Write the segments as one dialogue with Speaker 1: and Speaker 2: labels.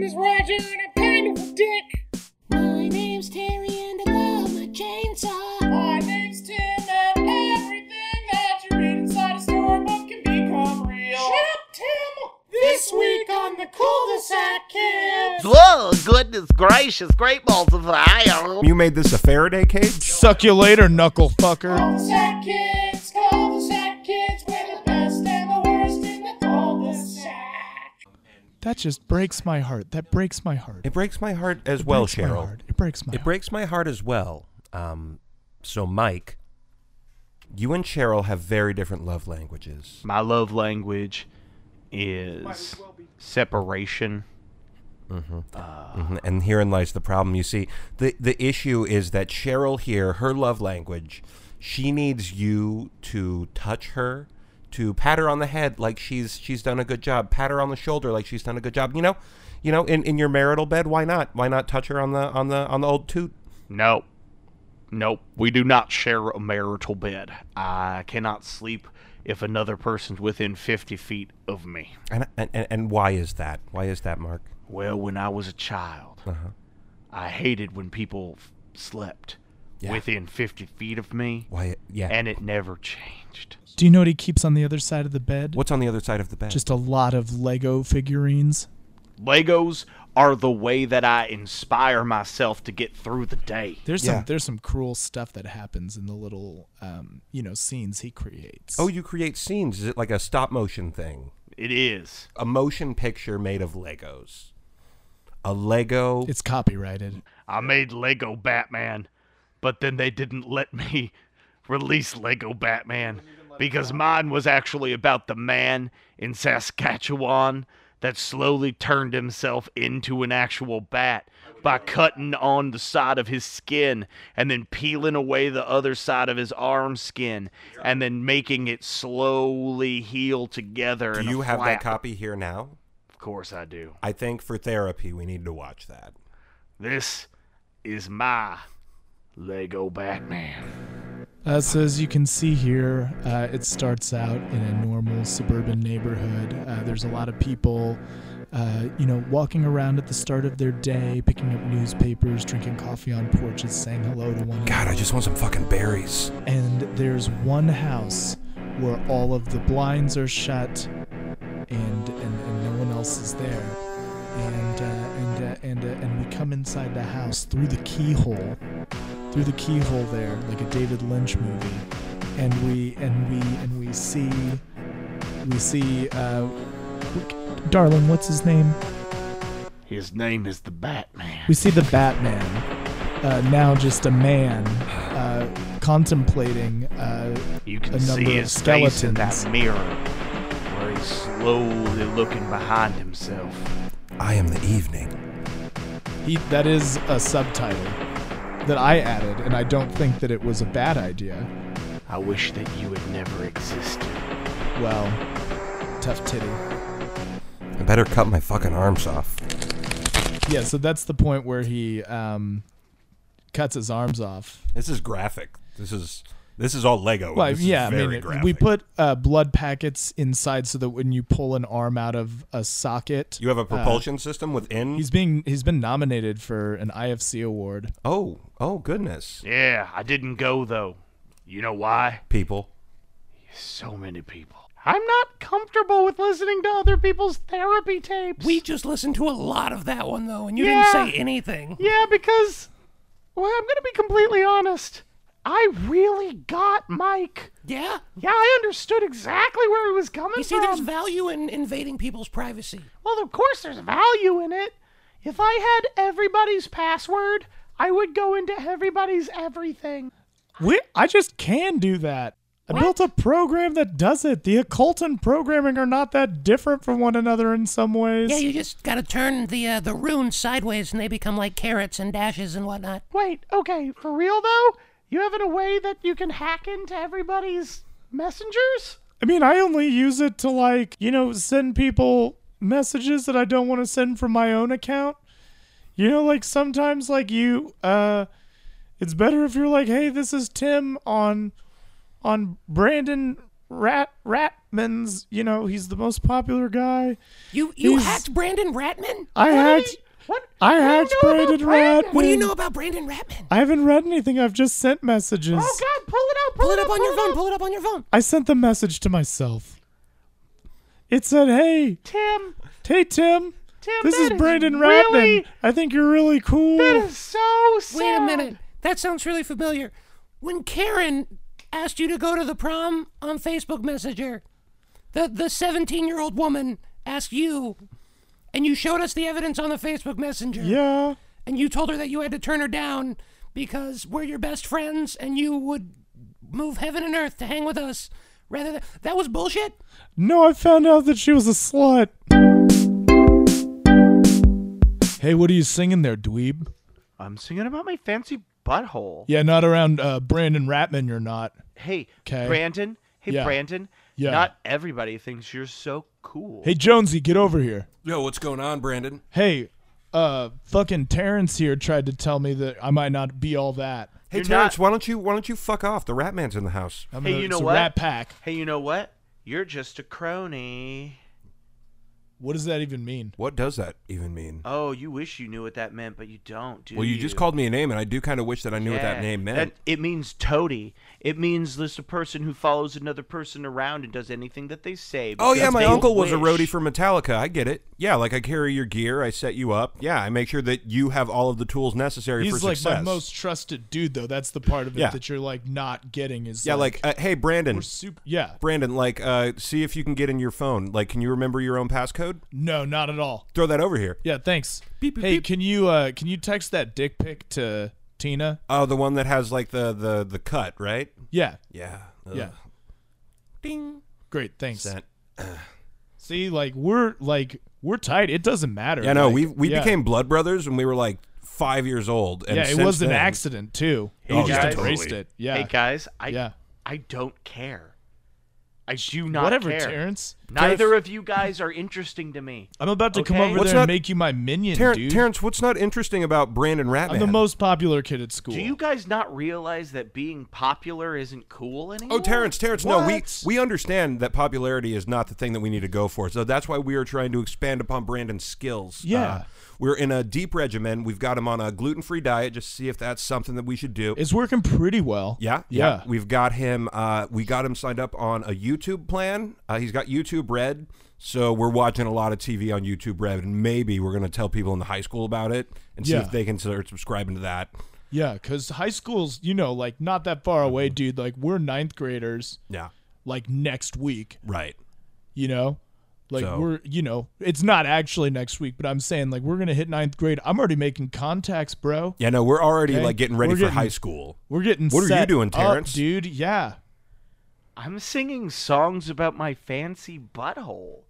Speaker 1: doing a kind of a dick.
Speaker 2: My name's Terry and I love my chainsaw.
Speaker 1: My name's Tim, and everything that you read inside a storybook can become real. Shut up, Tim! This week on the cul-de-sac kids.
Speaker 3: Whoa, goodness gracious, great balls of fire.
Speaker 4: You made this a Faraday cage?
Speaker 5: Suck you later, knuckle fucker.
Speaker 1: Cul-de-sac kids, cul-de-sac kids, we're the best and the worst in the cul-de-sac.
Speaker 5: That just breaks my heart. That breaks my heart.
Speaker 4: It breaks my heart as well,
Speaker 5: breaks my
Speaker 4: Cheryl.
Speaker 5: heart. It breaks my
Speaker 4: It
Speaker 5: heart.
Speaker 4: breaks my heart as well. Um, so, Mike, you and Cheryl have very different love languages.
Speaker 6: My love language is separation. Uh,
Speaker 4: Mhm. And herein lies the problem. You see, the, the issue is that Cheryl here, her love language, she needs you to touch her, to pat her on the head like she's she's done a good job, pat her on the shoulder like she's done a good job. You know, you know, in, in your marital bed, why not? Why not touch her on the on the on the old toot?
Speaker 6: No. Nope. We do not share a marital bed. I cannot sleep if another person's within 50 feet of me.
Speaker 4: And and, and- and why is that? Why is that, Mark? Uh-huh.
Speaker 6: Well, when I was a child, I hated when people f- slept
Speaker 4: Yeah.
Speaker 6: within 50 feet of me,
Speaker 4: Why? Yeah.
Speaker 6: and it never changed.
Speaker 5: Do you know what he keeps on the other side of the bed?
Speaker 4: What's on the other side of the bed?
Speaker 5: Just a lot of Lego figurines.
Speaker 6: Legos are the way that I inspire myself to get through the day.
Speaker 5: There's
Speaker 4: Yeah.
Speaker 5: some there's some cruel stuff that happens in the little um, you know scenes he creates.
Speaker 4: oh, you create scenes. Is it like a stop motion thing?
Speaker 6: It is.
Speaker 4: A motion picture made of Legos. A Lego.
Speaker 5: it's copyrighted.
Speaker 6: I made Lego Batman, but then they didn't let me release Lego Batman because mine was actually about the man in Saskatchewan that slowly turned himself into an actual bat by cutting on the side of his skin and then peeling away the other side of his arm skin and then making it slowly heal together.
Speaker 4: Do
Speaker 6: in a
Speaker 4: you have
Speaker 6: flap.
Speaker 4: that copy here now?
Speaker 6: Of course I do.
Speaker 4: I think for therapy we need to watch that.
Speaker 6: This is my Lego Batman.
Speaker 5: Uh, so as you can see here, uh, it starts out in a normal suburban neighborhood. Uh, there's a lot of people, uh, you know, walking around at the start of their day, picking up newspapers, drinking coffee on porches, saying hello to one another.
Speaker 4: God, I just want some fucking berries.
Speaker 5: And there's one house where all of the blinds are shut, and and, and no one else is there. And uh, and uh, and uh, and we come inside the house through the keyhole, through the keyhole there, like a David Lynch movie. And we and we and we see, we see, uh, w- darling, what's his name?
Speaker 6: His name is the Batman.
Speaker 5: We see the Batman, uh, now just a man, uh, contemplating. Uh,
Speaker 6: You can
Speaker 5: a number
Speaker 6: see
Speaker 5: of
Speaker 6: his face in that
Speaker 5: skeletons.
Speaker 6: mirror where he's slowly looking behind himself.
Speaker 4: I am the evening.
Speaker 5: He, that is a subtitle that I added, and I don't think that it was a bad idea.
Speaker 6: I wish that you had never existed.
Speaker 5: Well, tough titty.
Speaker 4: I better cut my fucking arms off.
Speaker 5: Yeah, so that's the point where he um, cuts his arms off.
Speaker 4: This is graphic. This is this is all Lego.
Speaker 5: Well,
Speaker 4: Oh, This is
Speaker 5: yeah, I
Speaker 4: very
Speaker 5: mean, it-
Speaker 4: graphic.
Speaker 5: we put uh, blood packets inside so that when you pull an arm out of a socket,
Speaker 4: You have a
Speaker 5: uh,
Speaker 4: propulsion system within.
Speaker 5: he's being he's been nominated for an IFC award.
Speaker 4: oh, oh goodness,
Speaker 6: Yeah, I didn't go though. You know why?
Speaker 4: people.
Speaker 6: So many people. I'm not comfortable with listening to other people's therapy tapes.
Speaker 4: just listened to a lot of that one though, and you
Speaker 6: didn't say
Speaker 4: anything.
Speaker 6: Yeah, because well, I'm gonna be completely honest. I really got Mike.
Speaker 4: Yeah.
Speaker 6: Yeah, I understood exactly where he was coming from.
Speaker 4: value in invading people's privacy.
Speaker 6: Well, of course, there's value in it. If I had everybody's password, I would go into everybody's everything.
Speaker 5: We, I just can do that. I built a program that does it. The occult and programming are not that different from one another in some ways.
Speaker 7: just gotta turn the uh, the runes sideways, and they become like carrots and dashes and whatnot.
Speaker 6: Wait, okay, for real though? You have it a way that you can hack into everybody's messengers?
Speaker 5: I mean, I only use it to like, you know, send people messages that I don't want to send from my own account. You know, like sometimes like you uh it's better if you're like, "Hey, this is Tim on on Brandon Rat Ratman's, you know, he's the most popular guy."
Speaker 7: You you
Speaker 5: He's-
Speaker 7: hacked Brandon Ratman?
Speaker 5: I hacked I hatch braided rat.
Speaker 7: What do you know about Brandon Ratman?
Speaker 5: I haven't read anything. I've just sent messages.
Speaker 1: Oh God, pull it out, pull,
Speaker 7: Pull it up on your
Speaker 1: pull
Speaker 7: phone. Pull it up on your phone.
Speaker 5: I sent the message to myself. It said, "Hey,
Speaker 1: Tim,
Speaker 5: hey Tim,
Speaker 1: Tim,
Speaker 5: this
Speaker 1: is
Speaker 5: is Brandon Ratman.
Speaker 1: really-
Speaker 5: I think you're really cool."
Speaker 1: That is so sad.
Speaker 7: Wait a minute. That sounds really familiar. When Karen asked you to go to the prom on Facebook Messenger, the the 17 year old woman asked you, and you showed us the evidence on the Facebook Messenger.
Speaker 5: yeah,
Speaker 7: And you told her that you had to turn her down because we're your best friends and you would move heaven and earth to hang with us. Rather than that was bullshit.
Speaker 5: no, I found out that she was a slut. Hey, what are you singing there, dweeb?
Speaker 6: I'm singing about my fancy butthole.
Speaker 5: Yeah, not around uh, Brandon Ratman. You're not.
Speaker 6: Hey,
Speaker 5: 'Kay.
Speaker 6: Brandon. Hey,
Speaker 5: Yeah.
Speaker 6: Brandon.
Speaker 5: Yeah.
Speaker 6: Not everybody thinks you're so cool.
Speaker 5: Hey, Jonesy, get over here.
Speaker 4: Yo, what's going on, Brandon?
Speaker 5: Hey, uh, fucking Terrence here tried to tell me that I might not be all that.
Speaker 4: Hey,
Speaker 6: You're
Speaker 4: Terrence,
Speaker 6: not-
Speaker 4: why don't you why don't you fuck off? The Rat Man's in the house.
Speaker 5: I'm
Speaker 6: Hey,
Speaker 5: gonna-
Speaker 6: you know
Speaker 5: it's a
Speaker 6: what?
Speaker 5: Rat pack.
Speaker 6: Hey, you know what? You're just a crony.
Speaker 5: What does that even mean?
Speaker 4: What does that even mean?
Speaker 6: Oh, you wish you knew what that meant, but you don't, do
Speaker 4: well, you, just called me a name, and I do kind of wish that I knew what that
Speaker 6: Yeah.
Speaker 4: name meant.
Speaker 6: That- it means toady. It means this a person who follows another person around and does anything that they say.
Speaker 4: Oh yeah,
Speaker 6: because
Speaker 4: my
Speaker 6: they
Speaker 4: uncle was a
Speaker 6: wish.
Speaker 4: roadie for Metallica. I get it. Yeah, like I carry your gear, I set you up. Yeah, I make sure that you have all of the tools necessary
Speaker 5: He's
Speaker 4: for
Speaker 5: like
Speaker 4: success.
Speaker 5: my most trusted dude, though. That's the part of it
Speaker 4: Yeah.
Speaker 5: that you're like not getting is
Speaker 4: yeah, like, uh, hey Brandon,
Speaker 5: we're super. Yeah,
Speaker 4: Brandon, like uh, see if you can get in your phone. Like, can you remember your own passcode?
Speaker 5: no, not at all.
Speaker 4: Throw that over here.
Speaker 5: Yeah, thanks. hey, can you uh can you text that dick pic to Tina?
Speaker 4: Oh, the one that has like the the the cut, right?
Speaker 5: Yeah,
Speaker 4: Yeah. Uh,
Speaker 5: yeah.
Speaker 4: Ugh.
Speaker 7: Ding.
Speaker 5: Great, thanks.
Speaker 4: Sent.
Speaker 5: See, like we're like we're tight. It doesn't matter.
Speaker 4: Yeah, no,
Speaker 5: Like,
Speaker 4: we we
Speaker 5: yeah.
Speaker 4: became blood brothers when we were like five years old. And
Speaker 5: Yeah, it
Speaker 4: since
Speaker 5: was an
Speaker 4: then-
Speaker 5: accident too. He
Speaker 4: Oh,
Speaker 5: just
Speaker 6: yeah,
Speaker 5: embraced
Speaker 4: totally.
Speaker 5: it. Yeah.
Speaker 6: Hey guys, I
Speaker 5: Yeah.
Speaker 6: I don't care. I do not
Speaker 5: Whatever,
Speaker 6: care.
Speaker 5: Terrence.
Speaker 6: Neither of you guys are interesting to me.
Speaker 5: I'm about to come
Speaker 6: Okay.
Speaker 5: over
Speaker 4: What's
Speaker 5: there
Speaker 4: not-
Speaker 5: and make you my minion,
Speaker 4: Terren-
Speaker 5: dude.
Speaker 4: Terrence, what's not interesting about Brandon Ratman?
Speaker 5: I'm the most popular kid at school.
Speaker 6: Do you guys not realize that being popular isn't cool anymore?
Speaker 4: Oh, Terrence, Terrence, no, we
Speaker 5: What?
Speaker 4: we understand that popularity is not the thing that we need to go for. So that's why we are trying to expand upon Brandon's skills. Uh,
Speaker 5: Yeah.
Speaker 4: we're in a deep regimen. We've got him on a gluten-free diet. Just see if that's something that we should do.
Speaker 5: It's working pretty well.
Speaker 4: yeah,
Speaker 5: yeah.
Speaker 4: We've got him. Uh, we got him signed up on a YouTube plan. Uh, he's got YouTube Red, so we're watching a lot of TV on YouTube Red, and maybe we're gonna tell people in the high school about it and see
Speaker 5: Yeah.
Speaker 4: if they can start subscribing to that.
Speaker 5: Yeah, because high school's, you know, like not that far away, dude. Like we're ninth graders,
Speaker 4: Mm-hmm. Yeah,
Speaker 5: like next week,
Speaker 4: right.
Speaker 5: you know? Like
Speaker 4: So-
Speaker 5: we're, you know, it's not actually next week, but I'm saying like we're going to hit ninth grade. I'm already making contacts, bro.
Speaker 4: Yeah, no, we're already
Speaker 5: Okay.
Speaker 4: like getting ready
Speaker 5: We're
Speaker 4: for
Speaker 5: getting-
Speaker 4: high school.
Speaker 5: We're getting
Speaker 4: What are you
Speaker 5: set
Speaker 4: doing,
Speaker 5: up,
Speaker 4: Terrence?
Speaker 5: dude, yeah.
Speaker 6: I'm singing songs about my fancy butthole.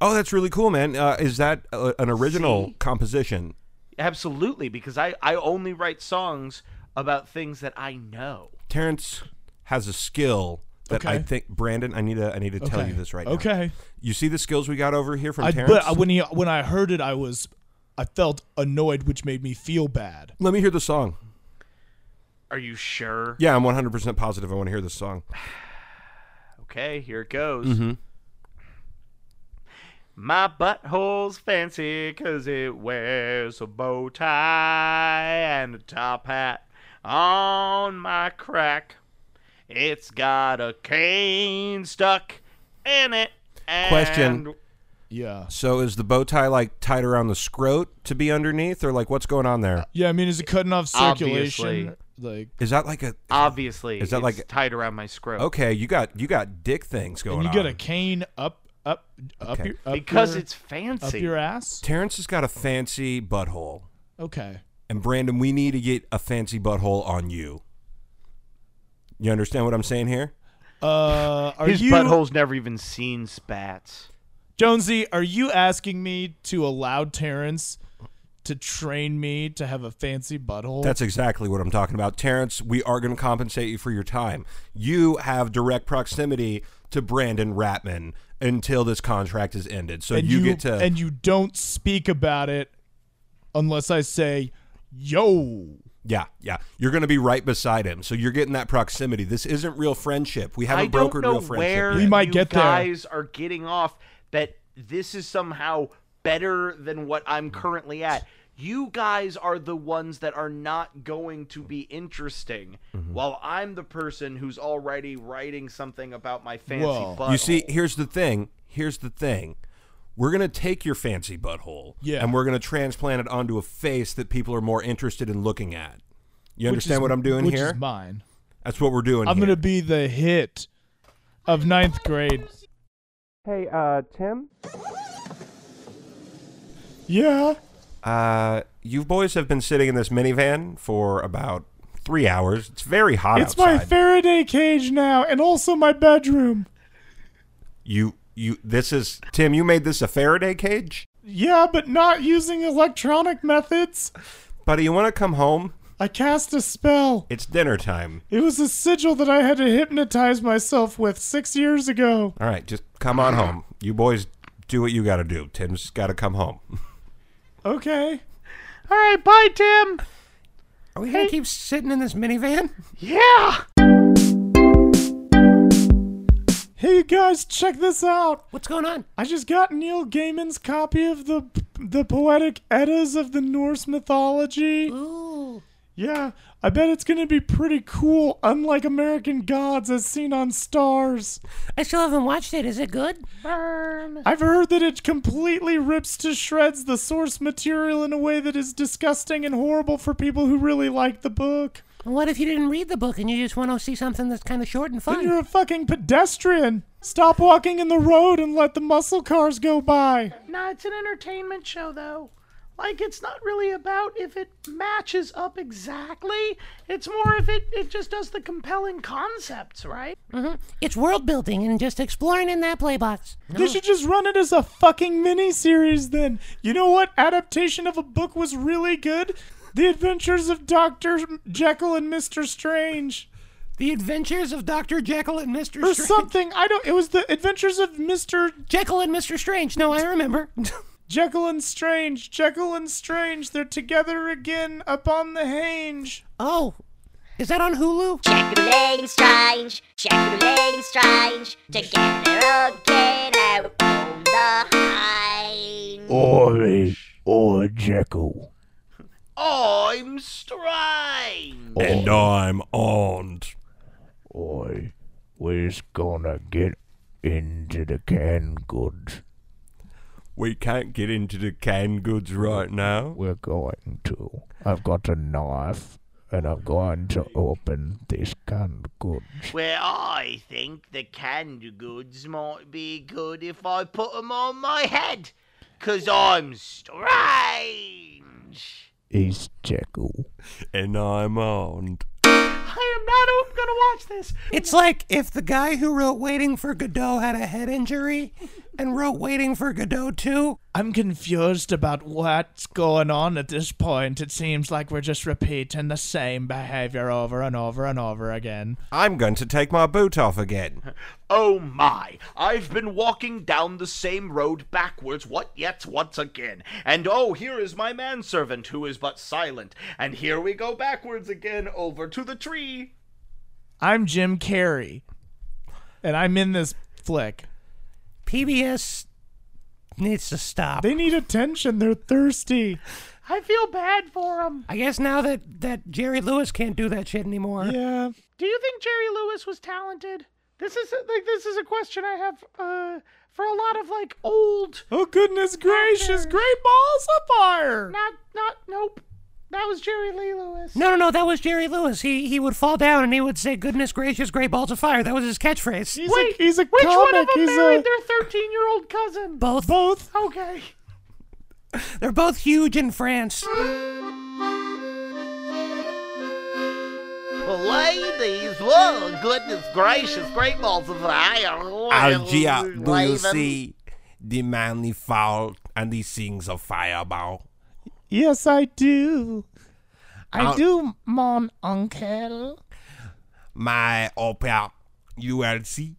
Speaker 4: Oh, that's really cool, man. Uh, is that uh, an original composition?
Speaker 6: Absolutely, because I, I only write songs about things that I know.
Speaker 4: Terrence has a skill that I
Speaker 5: Okay.
Speaker 4: think Brandon. I need to. I need to tell
Speaker 5: Okay.
Speaker 4: you this right now.
Speaker 5: Okay.
Speaker 4: You see the skills we got over here from
Speaker 5: I, e-
Speaker 4: Terrence.
Speaker 5: but when he when I heard it, I was I felt annoyed, which made me feel bad.
Speaker 4: Let me hear the song.
Speaker 6: Are you sure?
Speaker 4: Yeah, I'm 100 percent positive. I want to hear this song.
Speaker 6: Okay, here it goes.
Speaker 4: Mm-hmm.
Speaker 6: My butthole's fancy 'cause it wears a bow tie and a top hat on my crack. It's got a cane stuck in it. And
Speaker 4: Question.
Speaker 5: Yeah.
Speaker 4: So is the bow tie like tied around the scrote to be underneath, or like what's going on there?
Speaker 5: Uh, Yeah, I mean, is it cutting off circulation?
Speaker 6: Obviously.
Speaker 5: Like
Speaker 4: Is that like a
Speaker 6: Obviously,
Speaker 4: Is that
Speaker 6: it's
Speaker 4: like-
Speaker 6: tied around my scrote?
Speaker 4: okay? You got you got dick things
Speaker 5: and
Speaker 4: going
Speaker 5: you got
Speaker 4: on.
Speaker 5: a cane up up up
Speaker 4: Okay.
Speaker 5: your up
Speaker 6: Because
Speaker 5: your,
Speaker 6: it's fancy.
Speaker 5: up your ass.
Speaker 4: Terrence has got a fancy butthole,
Speaker 5: Okay.
Speaker 4: and Brandon, we need to get a fancy butthole on you. You understand what I'm saying here?
Speaker 5: Uh, are
Speaker 6: His
Speaker 5: you
Speaker 6: butthole's never even seen spats.
Speaker 5: Jonesy? Are you asking me to allow Terrence to train me to have a fancy butthole?
Speaker 4: That's exactly what I'm talking about. Terrence, we are going to compensate you for your time. You have direct proximity to Brandon Ratman until this contract is ended. So
Speaker 5: and
Speaker 4: you, get to.
Speaker 5: and you don't speak about it unless I say, "Yo."
Speaker 4: yeah, yeah. You're going to be right beside him. So you're getting that proximity. This isn't real friendship. We
Speaker 6: I
Speaker 4: haven't
Speaker 6: don't
Speaker 4: brokered
Speaker 6: know
Speaker 4: real friendship.
Speaker 6: where
Speaker 4: yet.
Speaker 5: We might
Speaker 6: you
Speaker 5: get there.
Speaker 6: guys are getting off that this is somehow
Speaker 8: better than what I'm currently at. You guys are the ones that are not going to be interesting,
Speaker 4: Mm-hmm.
Speaker 8: while I'm the person who's already writing something about my fancy
Speaker 1: Whoa.
Speaker 8: butthole.
Speaker 4: You see, here's the thing. Here's the thing. We're gonna take your fancy butthole,
Speaker 1: Yeah.
Speaker 4: and we're gonna transplant it onto a face that people are more interested in looking at. You
Speaker 1: Which
Speaker 4: understand
Speaker 1: is-
Speaker 4: what I'm doing
Speaker 1: which
Speaker 4: here?
Speaker 1: Is mine.
Speaker 4: That's what we're doing.
Speaker 1: I'm
Speaker 4: here.
Speaker 1: gonna be the hit of ninth grade.
Speaker 3: Hey, uh, Tim?
Speaker 1: Yeah.
Speaker 4: Uh, you boys have been sitting in this minivan for about three hours. It's very hot
Speaker 1: It's
Speaker 4: outside.
Speaker 1: my Faraday cage now, and also my bedroom.
Speaker 4: you, you. This is Tim. You made this a Faraday cage,
Speaker 1: Yeah, but not using electronic methods.
Speaker 4: buddy. You want to come home?
Speaker 1: I cast a spell.
Speaker 4: It's dinner time.
Speaker 1: It was a sigil that I had to hypnotize myself with six years ago.
Speaker 4: All right, just come on home. You boys do what you got to do. Tim's got to come home.
Speaker 1: Okay.
Speaker 8: All right, bye, Tim.
Speaker 7: Are we gonna keep sitting in this minivan?
Speaker 8: Yeah.
Speaker 1: Hey guys, check this out.
Speaker 7: What's going on?
Speaker 1: I just got Neil Gaiman's copy of the the poetic Eddas of the Norse mythology.
Speaker 7: Ooh.
Speaker 1: Yeah, I bet it's gonna be pretty cool, unlike American Gods as seen on stars.
Speaker 7: I still haven't watched it. Is it good? Burn.
Speaker 1: I've heard that it completely rips to shreds the source material in a way that is disgusting and horrible for people who really like the book.
Speaker 7: What if you didn't read the book and you just want to see something that's kind of short and
Speaker 1: Then
Speaker 7: fun?
Speaker 1: you're a fucking pedestrian. Stop walking in the road and let the muscle cars go by.
Speaker 8: Nah, it's an entertainment show though. Like it's not really about if it matches up exactly. It's more if it, it just does the compelling concepts, right?
Speaker 7: Mm-hmm. It's world building and just exploring in that play box.
Speaker 1: They should just run it as a fucking miniseries then. You know what adaptation of a book was really good? The Adventures of Dr. Jekyll and Mr. Strange.
Speaker 7: The Adventures of Dr. Jekyll and Mr.
Speaker 1: Or
Speaker 7: Strange.
Speaker 1: something. I don't. It was the Adventures of Mr.
Speaker 7: Jekyll and Mr. Strange. No, I remember.
Speaker 1: Jekyll and Strange. Jekyll and Strange. They're together again upon the Hange.
Speaker 7: oh, is that on Hulu?
Speaker 9: Jekyll and Strange, Jekyll and Strange, together again out on the hind.
Speaker 8: I'm strange.
Speaker 4: Oh. And uh, I'm armed.
Speaker 10: Boy, we's gonna get into the canned goods.
Speaker 4: We can't get into the canned goods right now.
Speaker 10: We're going to. I've got a knife, and I'm going to open this canned goods.
Speaker 8: Well, I think the canned goods might be good if I put 'em on my head, 'cause I'm strange.
Speaker 10: Is Jekyll.
Speaker 4: And I'm armed.
Speaker 8: I am not o- gonna watch this.
Speaker 7: It's like if the guy who wrote Waiting for Godot had a head injury and wrote Waiting for Godot 2.
Speaker 1: I'm confused about what's going on at this point. It seems like we're just repeating the same behavior over and over and over again.
Speaker 4: I'm going to take my boot off again.
Speaker 8: Oh my, I've been walking down the same road backwards, what yet once again. And oh, here is my manservant who is but silent. And here we go backwards again over to the tree.
Speaker 1: I'm Jim Carrey, and I'm in this flick.
Speaker 7: PBS needs to stop.
Speaker 1: They need attention. They're thirsty.
Speaker 8: I feel bad for him.
Speaker 7: I guess now that, that Jerry Lewis can't do that shit anymore.
Speaker 1: Yeah.
Speaker 8: Do you think Jerry Lewis was talented? This is like this is a question I have uh, for a lot of like old
Speaker 1: Oh goodness gracious! Great balls of fire!
Speaker 8: not not nope. That was Jerry Lee Lewis.
Speaker 7: No, no, no, that was Jerry Lewis. He he would fall down and he would say, "Goodness gracious, great balls of fire." That was his catchphrase.
Speaker 1: He's a, he's a
Speaker 8: Which
Speaker 1: comic.
Speaker 8: one of them
Speaker 1: he's
Speaker 8: married
Speaker 1: a
Speaker 8: their 13 year old cousin?
Speaker 7: Both,
Speaker 1: both.
Speaker 8: Okay.
Speaker 7: they're both huge in France.
Speaker 3: Ladies, whoa, goodness gracious, great balls of fire.
Speaker 4: Algia, do you
Speaker 3: Waving.
Speaker 4: Oh, see the manly fowl and he sings a fireball?
Speaker 1: Yes, I do. I
Speaker 4: I'll-
Speaker 1: do, mon uncle.
Speaker 4: My opera, you will see.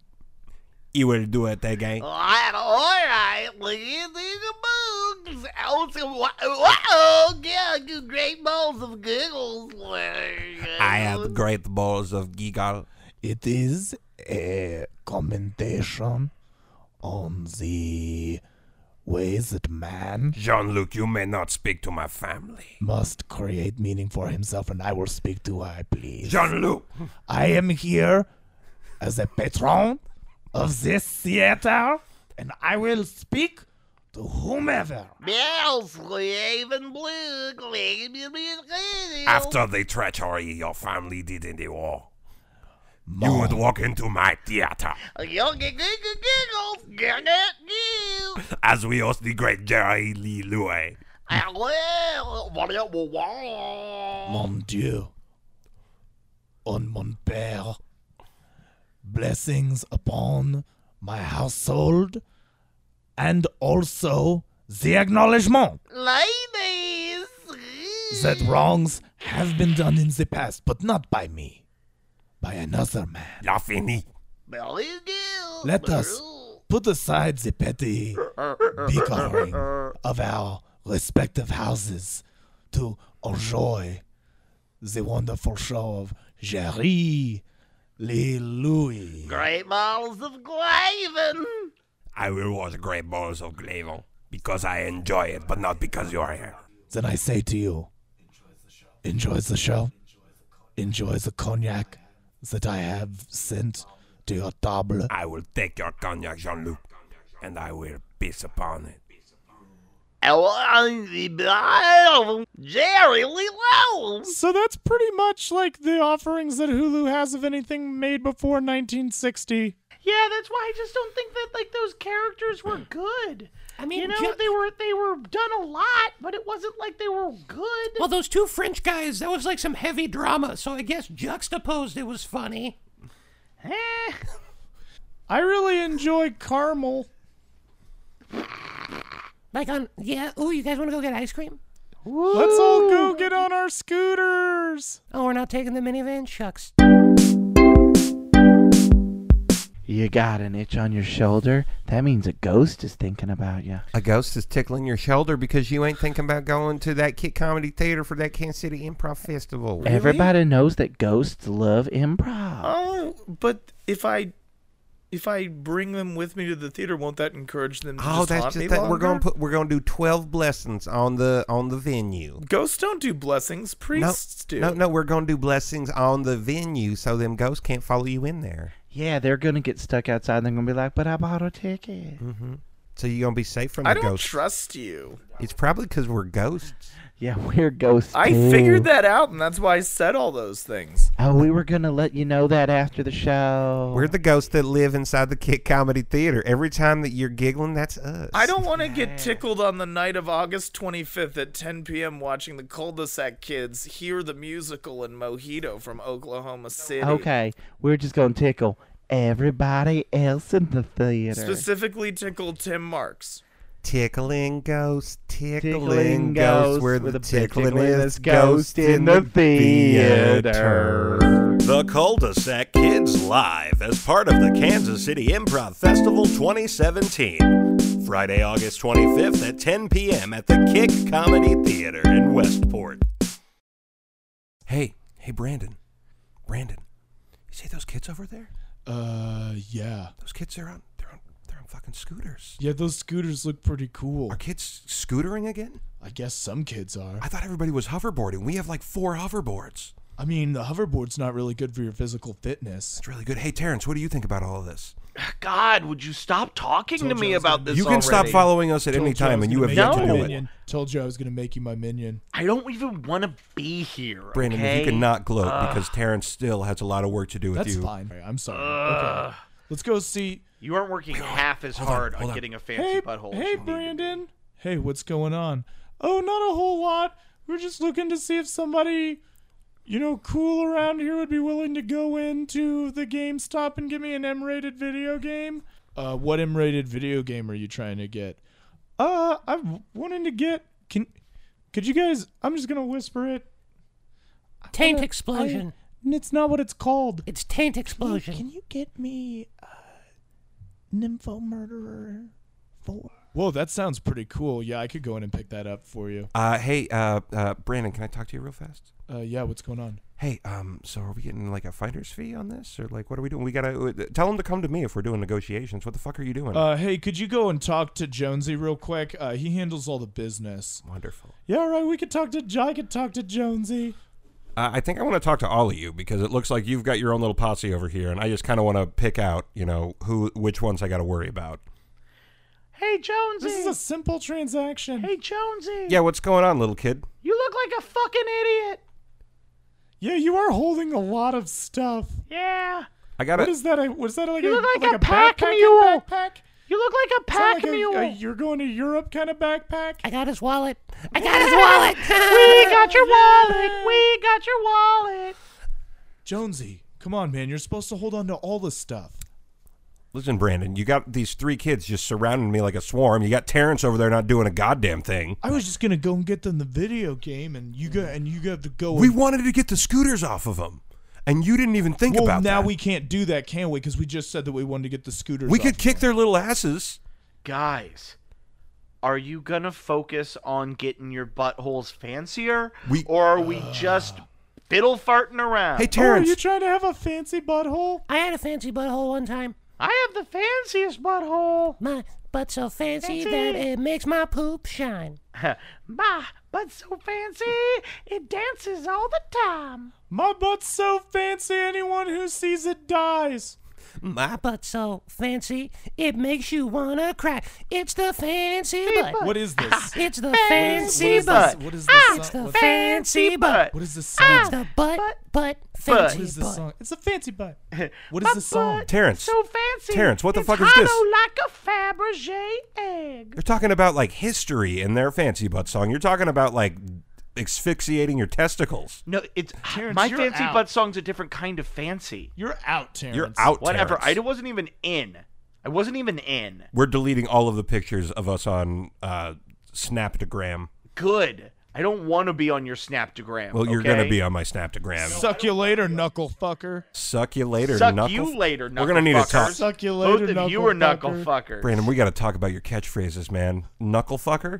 Speaker 4: You will do it again.
Speaker 3: Alright, alright, ladies and boogs. Oh, yeah, good great balls of giggles.
Speaker 4: I have great balls of giggle.
Speaker 10: It is a commendation on the Where is it man
Speaker 11: Jean Luc, you may not speak to my family.
Speaker 10: must create meaning for himself, and I will speak to her, please.
Speaker 11: Jean Luc,
Speaker 10: I am here as a patron of this theater, and I will speak to whomever.
Speaker 3: Meows, Raven Blue, Raven Blue.
Speaker 11: after the treachery your family did in the war, you would walk into my theater
Speaker 3: You'll Uh, get giggle, giggles, giggle, you.
Speaker 11: as we host the great Jerry Lee Louis.
Speaker 3: I will. Ah, What it will want.
Speaker 10: Mon Dieu, on mon père, blessings upon my household, and also the acknowledgement
Speaker 3: Ladies.
Speaker 10: that wrongs have been done in the past, but not by me, by another man.
Speaker 11: La fini.
Speaker 3: Billy Gill.
Speaker 10: Let us put aside the petty bickering of our respective houses to enjoy the wonderful show of Jerry Lee Louis.
Speaker 3: Great models of Glaven.
Speaker 11: I will watch Great Balls of Glavel because I enjoy it, but not because you're here.
Speaker 10: Then I say to you, enjoy the show, enjoy the cognac that I have sent to your table.
Speaker 11: I will take your cognac, Jean Luc, and I will piss upon it.
Speaker 3: I want the bottom. Jerry Lee Lowes.
Speaker 1: So that's pretty much like the offerings that Hulu has of anything made before 1960.
Speaker 8: Yeah, that's why I just don't think that like those characters were good.
Speaker 7: I mean,
Speaker 8: You know,
Speaker 7: ju-
Speaker 8: they were they were done a lot, but it wasn't like they were good.
Speaker 7: well, those two French guys, that was like some heavy drama. So I guess juxtaposed, it was funny.
Speaker 8: Eh,
Speaker 1: I really enjoy caramel.
Speaker 7: Like on, um, yeah. Ooh, you guys want to go get ice cream?
Speaker 1: Let's all go get on our scooters.
Speaker 7: Oh, we're not taking the minivan. Shucks.
Speaker 12: You got an itch on your shoulder? That means a ghost is thinking about you.
Speaker 11: A ghost is tickling your shoulder because you ain't thinking about going to that Kid Comedy Theater for that Kansas City Improv Festival.
Speaker 12: Everybody knows that ghosts love
Speaker 11: Ah.
Speaker 12: improv.
Speaker 5: Oh, but if I if I bring them with me to the theater, won't that encourage them to
Speaker 11: Oh,
Speaker 5: just
Speaker 11: that's
Speaker 5: haunt me
Speaker 11: just that. We're gonna
Speaker 5: longer?
Speaker 11: put we're gonna do twelve blessings on the on the venue.
Speaker 5: Ghosts don't do blessings. Priests do.
Speaker 11: no, no, we're gonna do blessings on the venue so them ghosts can't follow you in there.
Speaker 12: Yeah, they're gonna get stuck outside. and They're gonna be like, "But I bought a ticket."
Speaker 11: Mm-hmm. So you're gonna be safe from the
Speaker 5: I don't
Speaker 11: ghosts.
Speaker 5: trust you.
Speaker 11: it's probably because we're ghosts.
Speaker 12: Yeah, we're ghosts.
Speaker 5: I
Speaker 12: too.
Speaker 5: figured that out, and that's why I said all those things.
Speaker 12: Oh, we were gonna let you know that after the show.
Speaker 11: We're the ghosts that live inside the Kid Comedy Theater. Every time that you're giggling, that's us.
Speaker 5: I don't want to get tickled on the night of August 25th at 10 p.m. watching the cul-de-sac kids hear the musical in Mojito from Oklahoma City.
Speaker 12: okay. We're just gonna tickle everybody e- else in the theater.
Speaker 5: Specifically tickle Tim Marks.
Speaker 11: Tickling ghosts, tickling,
Speaker 12: Tickling
Speaker 11: ghosts,
Speaker 12: ghosts
Speaker 11: we're
Speaker 12: with
Speaker 11: the
Speaker 12: a big
Speaker 11: ticklingest ghost
Speaker 12: ticklingest ghost
Speaker 11: in
Speaker 12: in
Speaker 11: the
Speaker 12: the theater.
Speaker 11: theater.
Speaker 4: The Cul-de-Sac Kids Live as part of the Kansas City Improv Festival 2017. Friday, August 25th at 10 p.m. at the Kick Comedy Theater in Westport.
Speaker 11: Hey, hey, Brandon, Brandon, you see those kids over there?
Speaker 1: Uh, yeah.
Speaker 11: Those kids are on, they're on, they're on fucking scooters.
Speaker 1: Yeah, those scooters look pretty cool.
Speaker 11: Are kids scootering again?
Speaker 1: I guess some kids are.
Speaker 11: I thought everybody was hoverboarding. We have like four hoverboards.
Speaker 1: I mean, the hoverboard's not really good for your physical fitness.
Speaker 11: It's really good. Hey, Terrence, what do you think about all of this?
Speaker 6: God, would you stop talking to
Speaker 1: Told you
Speaker 6: me
Speaker 1: I was
Speaker 6: about
Speaker 1: gonna-
Speaker 6: this?
Speaker 11: you can stop
Speaker 6: already.
Speaker 11: following us at
Speaker 1: Told
Speaker 11: any
Speaker 1: you I
Speaker 11: time,
Speaker 1: was
Speaker 11: and you
Speaker 1: gonna
Speaker 11: have
Speaker 1: make
Speaker 11: yet to
Speaker 1: you
Speaker 11: do
Speaker 1: my
Speaker 6: No.
Speaker 11: it.
Speaker 1: minion. Told you I was gonna make you my minion.
Speaker 6: I don't even want to be here.
Speaker 11: Brandon,
Speaker 6: okay? Uh,
Speaker 11: if you cannot gloat because Terrence still has a lot of work to do with
Speaker 1: That's
Speaker 11: you.
Speaker 1: fine. All right, I'm sorry. okay. Let's go see.
Speaker 6: uh. You aren't working half as
Speaker 11: Hold on,
Speaker 6: hard on,
Speaker 11: hold on.
Speaker 6: getting a fancy
Speaker 1: Hey,
Speaker 6: butthole. as
Speaker 1: hey,
Speaker 6: you need to be.
Speaker 1: Brandon. Hey, what's going on? Oh, not a whole lot. We're just looking to see if somebody, you know, cool around here would be willing to go into the GameStop and give me an M-rated video game. Uh, what M-rated video game are you trying to get? Uh, I'm wanting to get. Can, could you guys? I'm just gonna whisper it.
Speaker 7: Taint
Speaker 1: I-
Speaker 7: explosion.
Speaker 1: I- it's not what it's called.
Speaker 7: It's taint explosion.
Speaker 10: you get me uh, Nympho Murderer 4?
Speaker 1: Whoa, that sounds pretty cool. Yeah, I could go in and pick that up for you.
Speaker 11: Uh, hey, uh, uh, Brandon, can I talk to you real fast?
Speaker 1: Uh, yeah, what's going on?
Speaker 4: hey, um, so are we getting like a finder's fee on this, or like what are we doing? We gotta uh, tell them to come to me if we're doing negotiations. What the fuck are you doing?
Speaker 5: Uh, hey, could you go and talk to Jonesy real quick? Uh, he handles all the business.
Speaker 4: Wonderful.
Speaker 5: Yeah, all right. We could talk to. I could talk to Jonesy.
Speaker 4: Uh, I think I want to talk to all of you because it looks like you've got your own little posse over here, and I just kind of want to pick out, you know, who which ones I got to worry about.
Speaker 8: Hey, Jonesy.
Speaker 5: This is a simple transaction.
Speaker 8: Hey, Jonesy.
Speaker 4: Yeah, what's going on, little kid?
Speaker 8: You look like a fucking idiot.
Speaker 5: Yeah, you are holding a lot of stuff.
Speaker 8: Yeah.
Speaker 4: I got
Speaker 5: What is that? A, was that like
Speaker 8: You
Speaker 5: a
Speaker 8: look like, a,
Speaker 5: a
Speaker 8: pack
Speaker 5: backpack
Speaker 8: mule.
Speaker 5: Backpack?
Speaker 8: You look like a
Speaker 5: Is that
Speaker 8: pack
Speaker 5: like a-
Speaker 8: mule.
Speaker 5: a you're going to Europe kind of backpack.
Speaker 7: I got his wallet. I got his wallet.
Speaker 8: we got your wallet. We got your wallet.
Speaker 5: Jonesy, come on, man. You're supposed to hold on to all this stuff.
Speaker 4: Listen, Brandon, you got these three kids just surrounding me like a swarm. You got Terrence over there not doing a goddamn thing.
Speaker 5: I was just gonna go and get them the video game, and you got and you got to go.
Speaker 4: We
Speaker 5: and-
Speaker 4: wanted to get the scooters off of them, and you didn't even think
Speaker 5: well,
Speaker 4: about
Speaker 5: now
Speaker 4: that.
Speaker 5: we can't do that, can we? Because we just said that we wanted to get the scooters.
Speaker 4: we
Speaker 5: off.
Speaker 4: could kick their little asses.
Speaker 6: Guys, are you gonna focus on getting your buttholes fancier,
Speaker 4: We-
Speaker 6: or are we just fiddle farting around?
Speaker 4: Hey, Terrence.
Speaker 5: trying to have a fancy butthole?
Speaker 7: I had a fancy butthole one time.
Speaker 8: I have the fanciest butthole.
Speaker 7: My butt's so fancy,
Speaker 8: Fancy.
Speaker 7: that it makes my poop shine.
Speaker 8: My butt's so fancy, it dances all the time.
Speaker 5: My butt's so fancy, anyone who sees it dies.
Speaker 4: My
Speaker 7: butt's so fancy, it makes you wanna cry. It's the fancy butt.
Speaker 5: What is this?
Speaker 7: It's the
Speaker 5: What is-
Speaker 7: fancy
Speaker 5: What is
Speaker 7: butt.
Speaker 5: this? What is
Speaker 8: Ah,
Speaker 5: this?
Speaker 7: It's
Speaker 5: song?
Speaker 7: the
Speaker 5: What-
Speaker 7: fancy butt.
Speaker 5: What is this song?
Speaker 7: It's the butt, butt,
Speaker 5: What is
Speaker 7: fancy
Speaker 5: this
Speaker 7: butt.
Speaker 5: song? It's a fancy butt. What is this song?
Speaker 4: Terrence.
Speaker 8: So fancy.
Speaker 4: Terrence, what the
Speaker 8: it's
Speaker 4: fuck is this?
Speaker 8: hollow like a Fabergé egg.
Speaker 4: You're talking about like history in their fancy butt song. You're talking about like asphyxiating your testicles.
Speaker 6: No, it's
Speaker 5: Terrence,
Speaker 6: my
Speaker 5: you're
Speaker 6: fancy
Speaker 5: out.
Speaker 6: butt song's a different kind of fancy.
Speaker 5: You're out, Terrence.
Speaker 4: You're out.
Speaker 6: Whatever.
Speaker 4: Terrence.
Speaker 6: I wasn't even in. I wasn't even in.
Speaker 4: We're deleting all of the pictures of us on uh, Snaptagram.
Speaker 6: Good. I don't want to be on your Snaptagram.
Speaker 4: Well, you're
Speaker 6: okay?
Speaker 4: gonna be on my Snaptagram.
Speaker 5: Suck you later, knuckle fucker.
Speaker 4: Suck you later,
Speaker 6: Suck
Speaker 4: knuckle.
Speaker 6: you later,
Speaker 4: We're gonna need to talk.
Speaker 6: knucklefuckers.
Speaker 5: Suck you
Speaker 6: Both
Speaker 5: later,
Speaker 6: of you
Speaker 5: knuckle
Speaker 6: are knuckle
Speaker 5: fucker.
Speaker 6: fuckers.
Speaker 4: Brandon, we got to talk about your catchphrases, man. Knuckle fucker?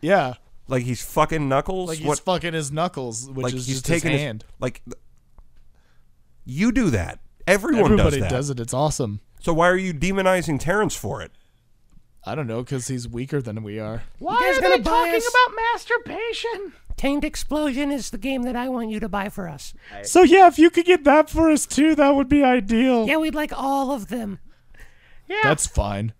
Speaker 5: Yeah.
Speaker 4: Like he's fucking knuckles?
Speaker 5: Like he's
Speaker 4: What-
Speaker 5: fucking his knuckles, which
Speaker 4: like
Speaker 5: is
Speaker 4: he's
Speaker 5: just
Speaker 4: taking
Speaker 5: his
Speaker 4: his-
Speaker 5: hand.
Speaker 4: like th- you do that. Everyone
Speaker 5: Everybody
Speaker 4: does that.
Speaker 5: does it. It's awesome.
Speaker 4: So why are you demonizing Terrence for it?
Speaker 5: I don't know, because he's weaker than we are.
Speaker 8: Why
Speaker 7: guys
Speaker 8: are
Speaker 7: gonna
Speaker 8: they
Speaker 7: buy
Speaker 8: talking
Speaker 7: us-
Speaker 8: about masturbation?
Speaker 7: Taint Explosion is the game that I want you to buy for us.
Speaker 5: So yeah, if you could get that for us too, that would be ideal.
Speaker 7: Yeah, we'd like all of them.
Speaker 8: Yeah.
Speaker 5: That's fine.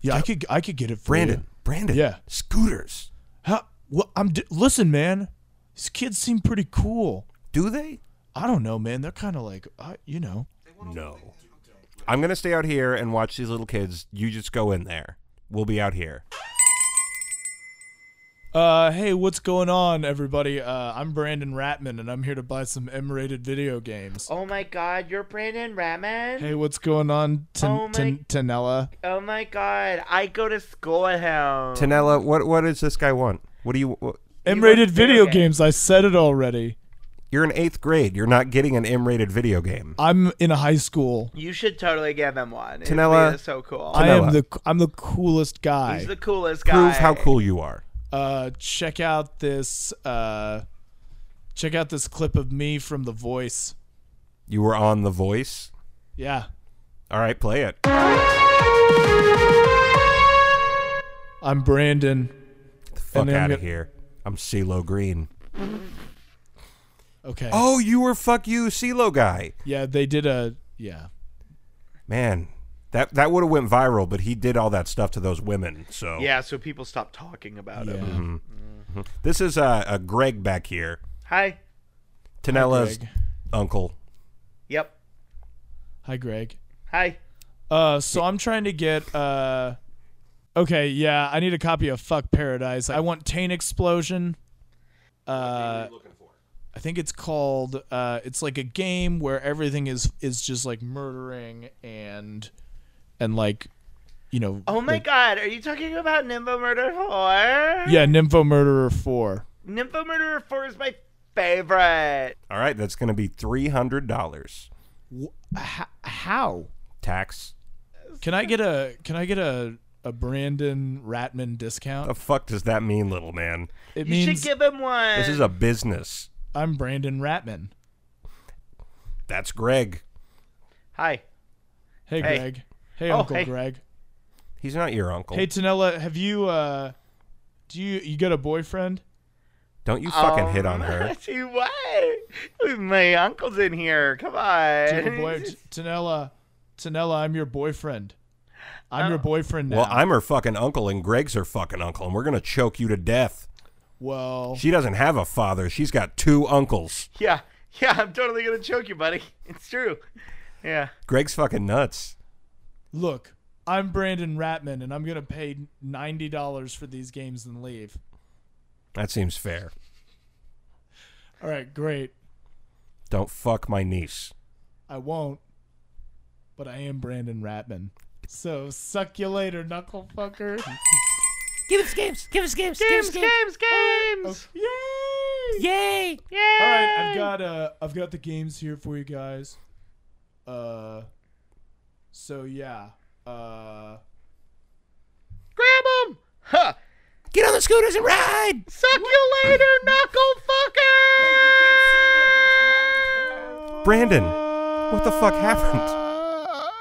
Speaker 5: Yeah, I could I could get it for
Speaker 4: Brandon,
Speaker 5: you.
Speaker 4: Brandon.
Speaker 5: Yeah.
Speaker 4: Scooters.
Speaker 5: How, well, I'm d- listen, man. These kids seem pretty cool.
Speaker 4: Do they?
Speaker 5: I don't know, man. They're kind of like, uh, you know.
Speaker 4: No. I'm gonna stay out here and watch these little kids. You just go in there. We'll be out here.
Speaker 5: Uh, hey, what's going on, everybody? Uh, I'm Brandon Ratman, and I'm here to buy some M-rated video games.
Speaker 8: Oh my god, you're Brandon Raman?
Speaker 5: Hey, what's going on, Ten-
Speaker 8: Oh my-
Speaker 5: Ten- Tenella?
Speaker 8: Oh my god, I go to school at home.
Speaker 4: Tanella, what what does this guy want? What do you? What,
Speaker 5: M-rated video games. I said it already.
Speaker 4: you're in eighth grade. You're not getting an M-rated video game.
Speaker 5: I'm in high school.
Speaker 8: You should totally give him one. It's-
Speaker 4: Tanella-
Speaker 8: It's so cool.
Speaker 5: I am
Speaker 4: Tanella.
Speaker 5: the I'm the coolest guy.
Speaker 8: He's the coolest guy.
Speaker 4: Prove how cool you are.
Speaker 5: uh, check out this uh, check out this clip of me from The Voice.
Speaker 4: You were on The Voice.
Speaker 5: Yeah,
Speaker 4: All right, play it.
Speaker 5: I'm Brandon.
Speaker 4: Fuck
Speaker 5: then I'm
Speaker 4: out of
Speaker 5: gonna-
Speaker 4: here. I'm CeeLo Green.
Speaker 5: Okay.
Speaker 4: Oh, you were fuck you CeeLo guy.
Speaker 5: yeah, they did a yeah.
Speaker 4: Man, that that would have went viral, but he did all that stuff to those women. So
Speaker 6: Yeah, so people stop talking about
Speaker 5: Yeah.
Speaker 6: him.
Speaker 4: Mhm. Mhm. This is uh, uh, Greg back here,
Speaker 6: Hi.
Speaker 4: Tanella's
Speaker 5: Greg.
Speaker 4: uncle.
Speaker 6: Yep.
Speaker 5: Hi, Greg.
Speaker 6: Hi.
Speaker 5: Uh, so I'm trying to get uh, okay, yeah, I need a copy of Fuck Paradise. I want Taint Explosion. Uh, I think it's called. Uh, it's like a game where everything is is just like murdering and and like, you know.
Speaker 8: Oh my
Speaker 5: like-
Speaker 8: god, are you talking about Nympho Murder 4?
Speaker 5: Yeah, Nympho Murderer Four.
Speaker 8: Nympho Murderer 4 is my favorite.
Speaker 4: All right, that's going to be three hundred dollars
Speaker 5: How
Speaker 4: tax.
Speaker 5: can I get a can I get a a Brandon Ratman discount?
Speaker 4: The fuck does that mean, little man?
Speaker 5: It
Speaker 8: You
Speaker 5: means
Speaker 8: should give him one.
Speaker 4: This is a business.
Speaker 5: I'm Brandon Ratman.
Speaker 13: That's Greg.
Speaker 6: Hi.
Speaker 5: Hey,
Speaker 6: Hey.
Speaker 5: Greg. Hey,
Speaker 6: Oh,
Speaker 5: Uncle
Speaker 6: hey.
Speaker 5: Greg.
Speaker 13: He's not your uncle.
Speaker 5: Hey, Tanella, have you, uh, do you, you got a boyfriend?
Speaker 13: Don't you fucking hit
Speaker 6: Um,
Speaker 13: on her.
Speaker 6: See what? My uncle's in here. Come
Speaker 5: Do you have a
Speaker 6: on.
Speaker 5: boy- T- Tanella, Tanella, I'm your boyfriend. I'm
Speaker 6: Oh.
Speaker 5: your boyfriend now.
Speaker 13: Well, I'm her fucking uncle, and Greg's her fucking uncle, and we're gonna choke you to death.
Speaker 5: Well,
Speaker 13: She doesn't have a father. She's got two uncles.
Speaker 6: Yeah, yeah. I'm totally gonna choke you, buddy. It's true. Yeah.
Speaker 13: Greg's fucking nuts.
Speaker 5: look, I'm Brandon Ratman, and I'm going to pay $90 for these games and leave.
Speaker 13: That seems fair.
Speaker 5: All right, great.
Speaker 13: Don't fuck my niece.
Speaker 5: I won't, but I am Brandon Ratman. So suck you later, knuckle fucker.
Speaker 14: Give us games. Give us games. Give us
Speaker 8: Games, games, games!
Speaker 14: Yay!
Speaker 8: Yay!
Speaker 5: Oh, All right, I've got uh, I've got the games here for you guys. Uh, so yeah, uh,
Speaker 8: Grab him! Huh.
Speaker 14: Get on the scooters and ride!
Speaker 8: Suck you later, knuckle fucker!
Speaker 13: Brandon, what the fuck happened?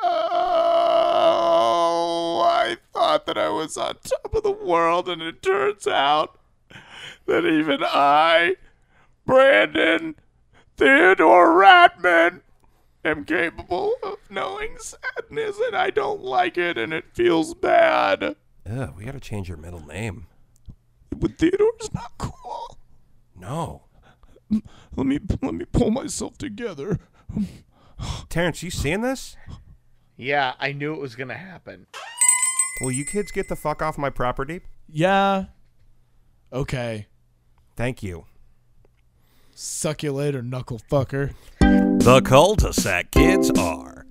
Speaker 1: Oh, I thought that I was on top of the world, and it turns out that even I, Brandon Theodore Ratman, am capable of knowing sadness, and I don't like it, and it feels bad.
Speaker 13: Ugh, we gotta change your middle name.
Speaker 1: But Theodore's not cool.
Speaker 13: No.
Speaker 1: Let me let me pull myself together.
Speaker 13: Terrence, you seeing this?
Speaker 6: Yeah, I knew it was gonna happen.
Speaker 13: Will you kids get the fuck off my property?
Speaker 5: yeah, okay.
Speaker 13: Thank you.
Speaker 5: Suck you later, knuckle fucker.
Speaker 4: The cul-de-sac kids are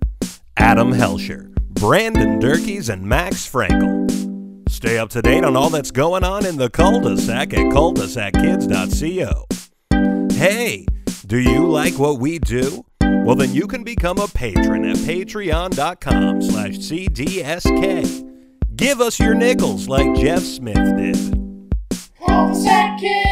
Speaker 4: Adam Helsher, Brandon Durkees, and Max Frankel. Stay up to date on all that's going on in the cul-de-sac at cul-de-sackids.co. Hey, do you like what we do? Well, then you can become a patron at patreon.com slash cdsk. Give us your nickels like Jeff Smith did.
Speaker 15: Cul-de-sac kids.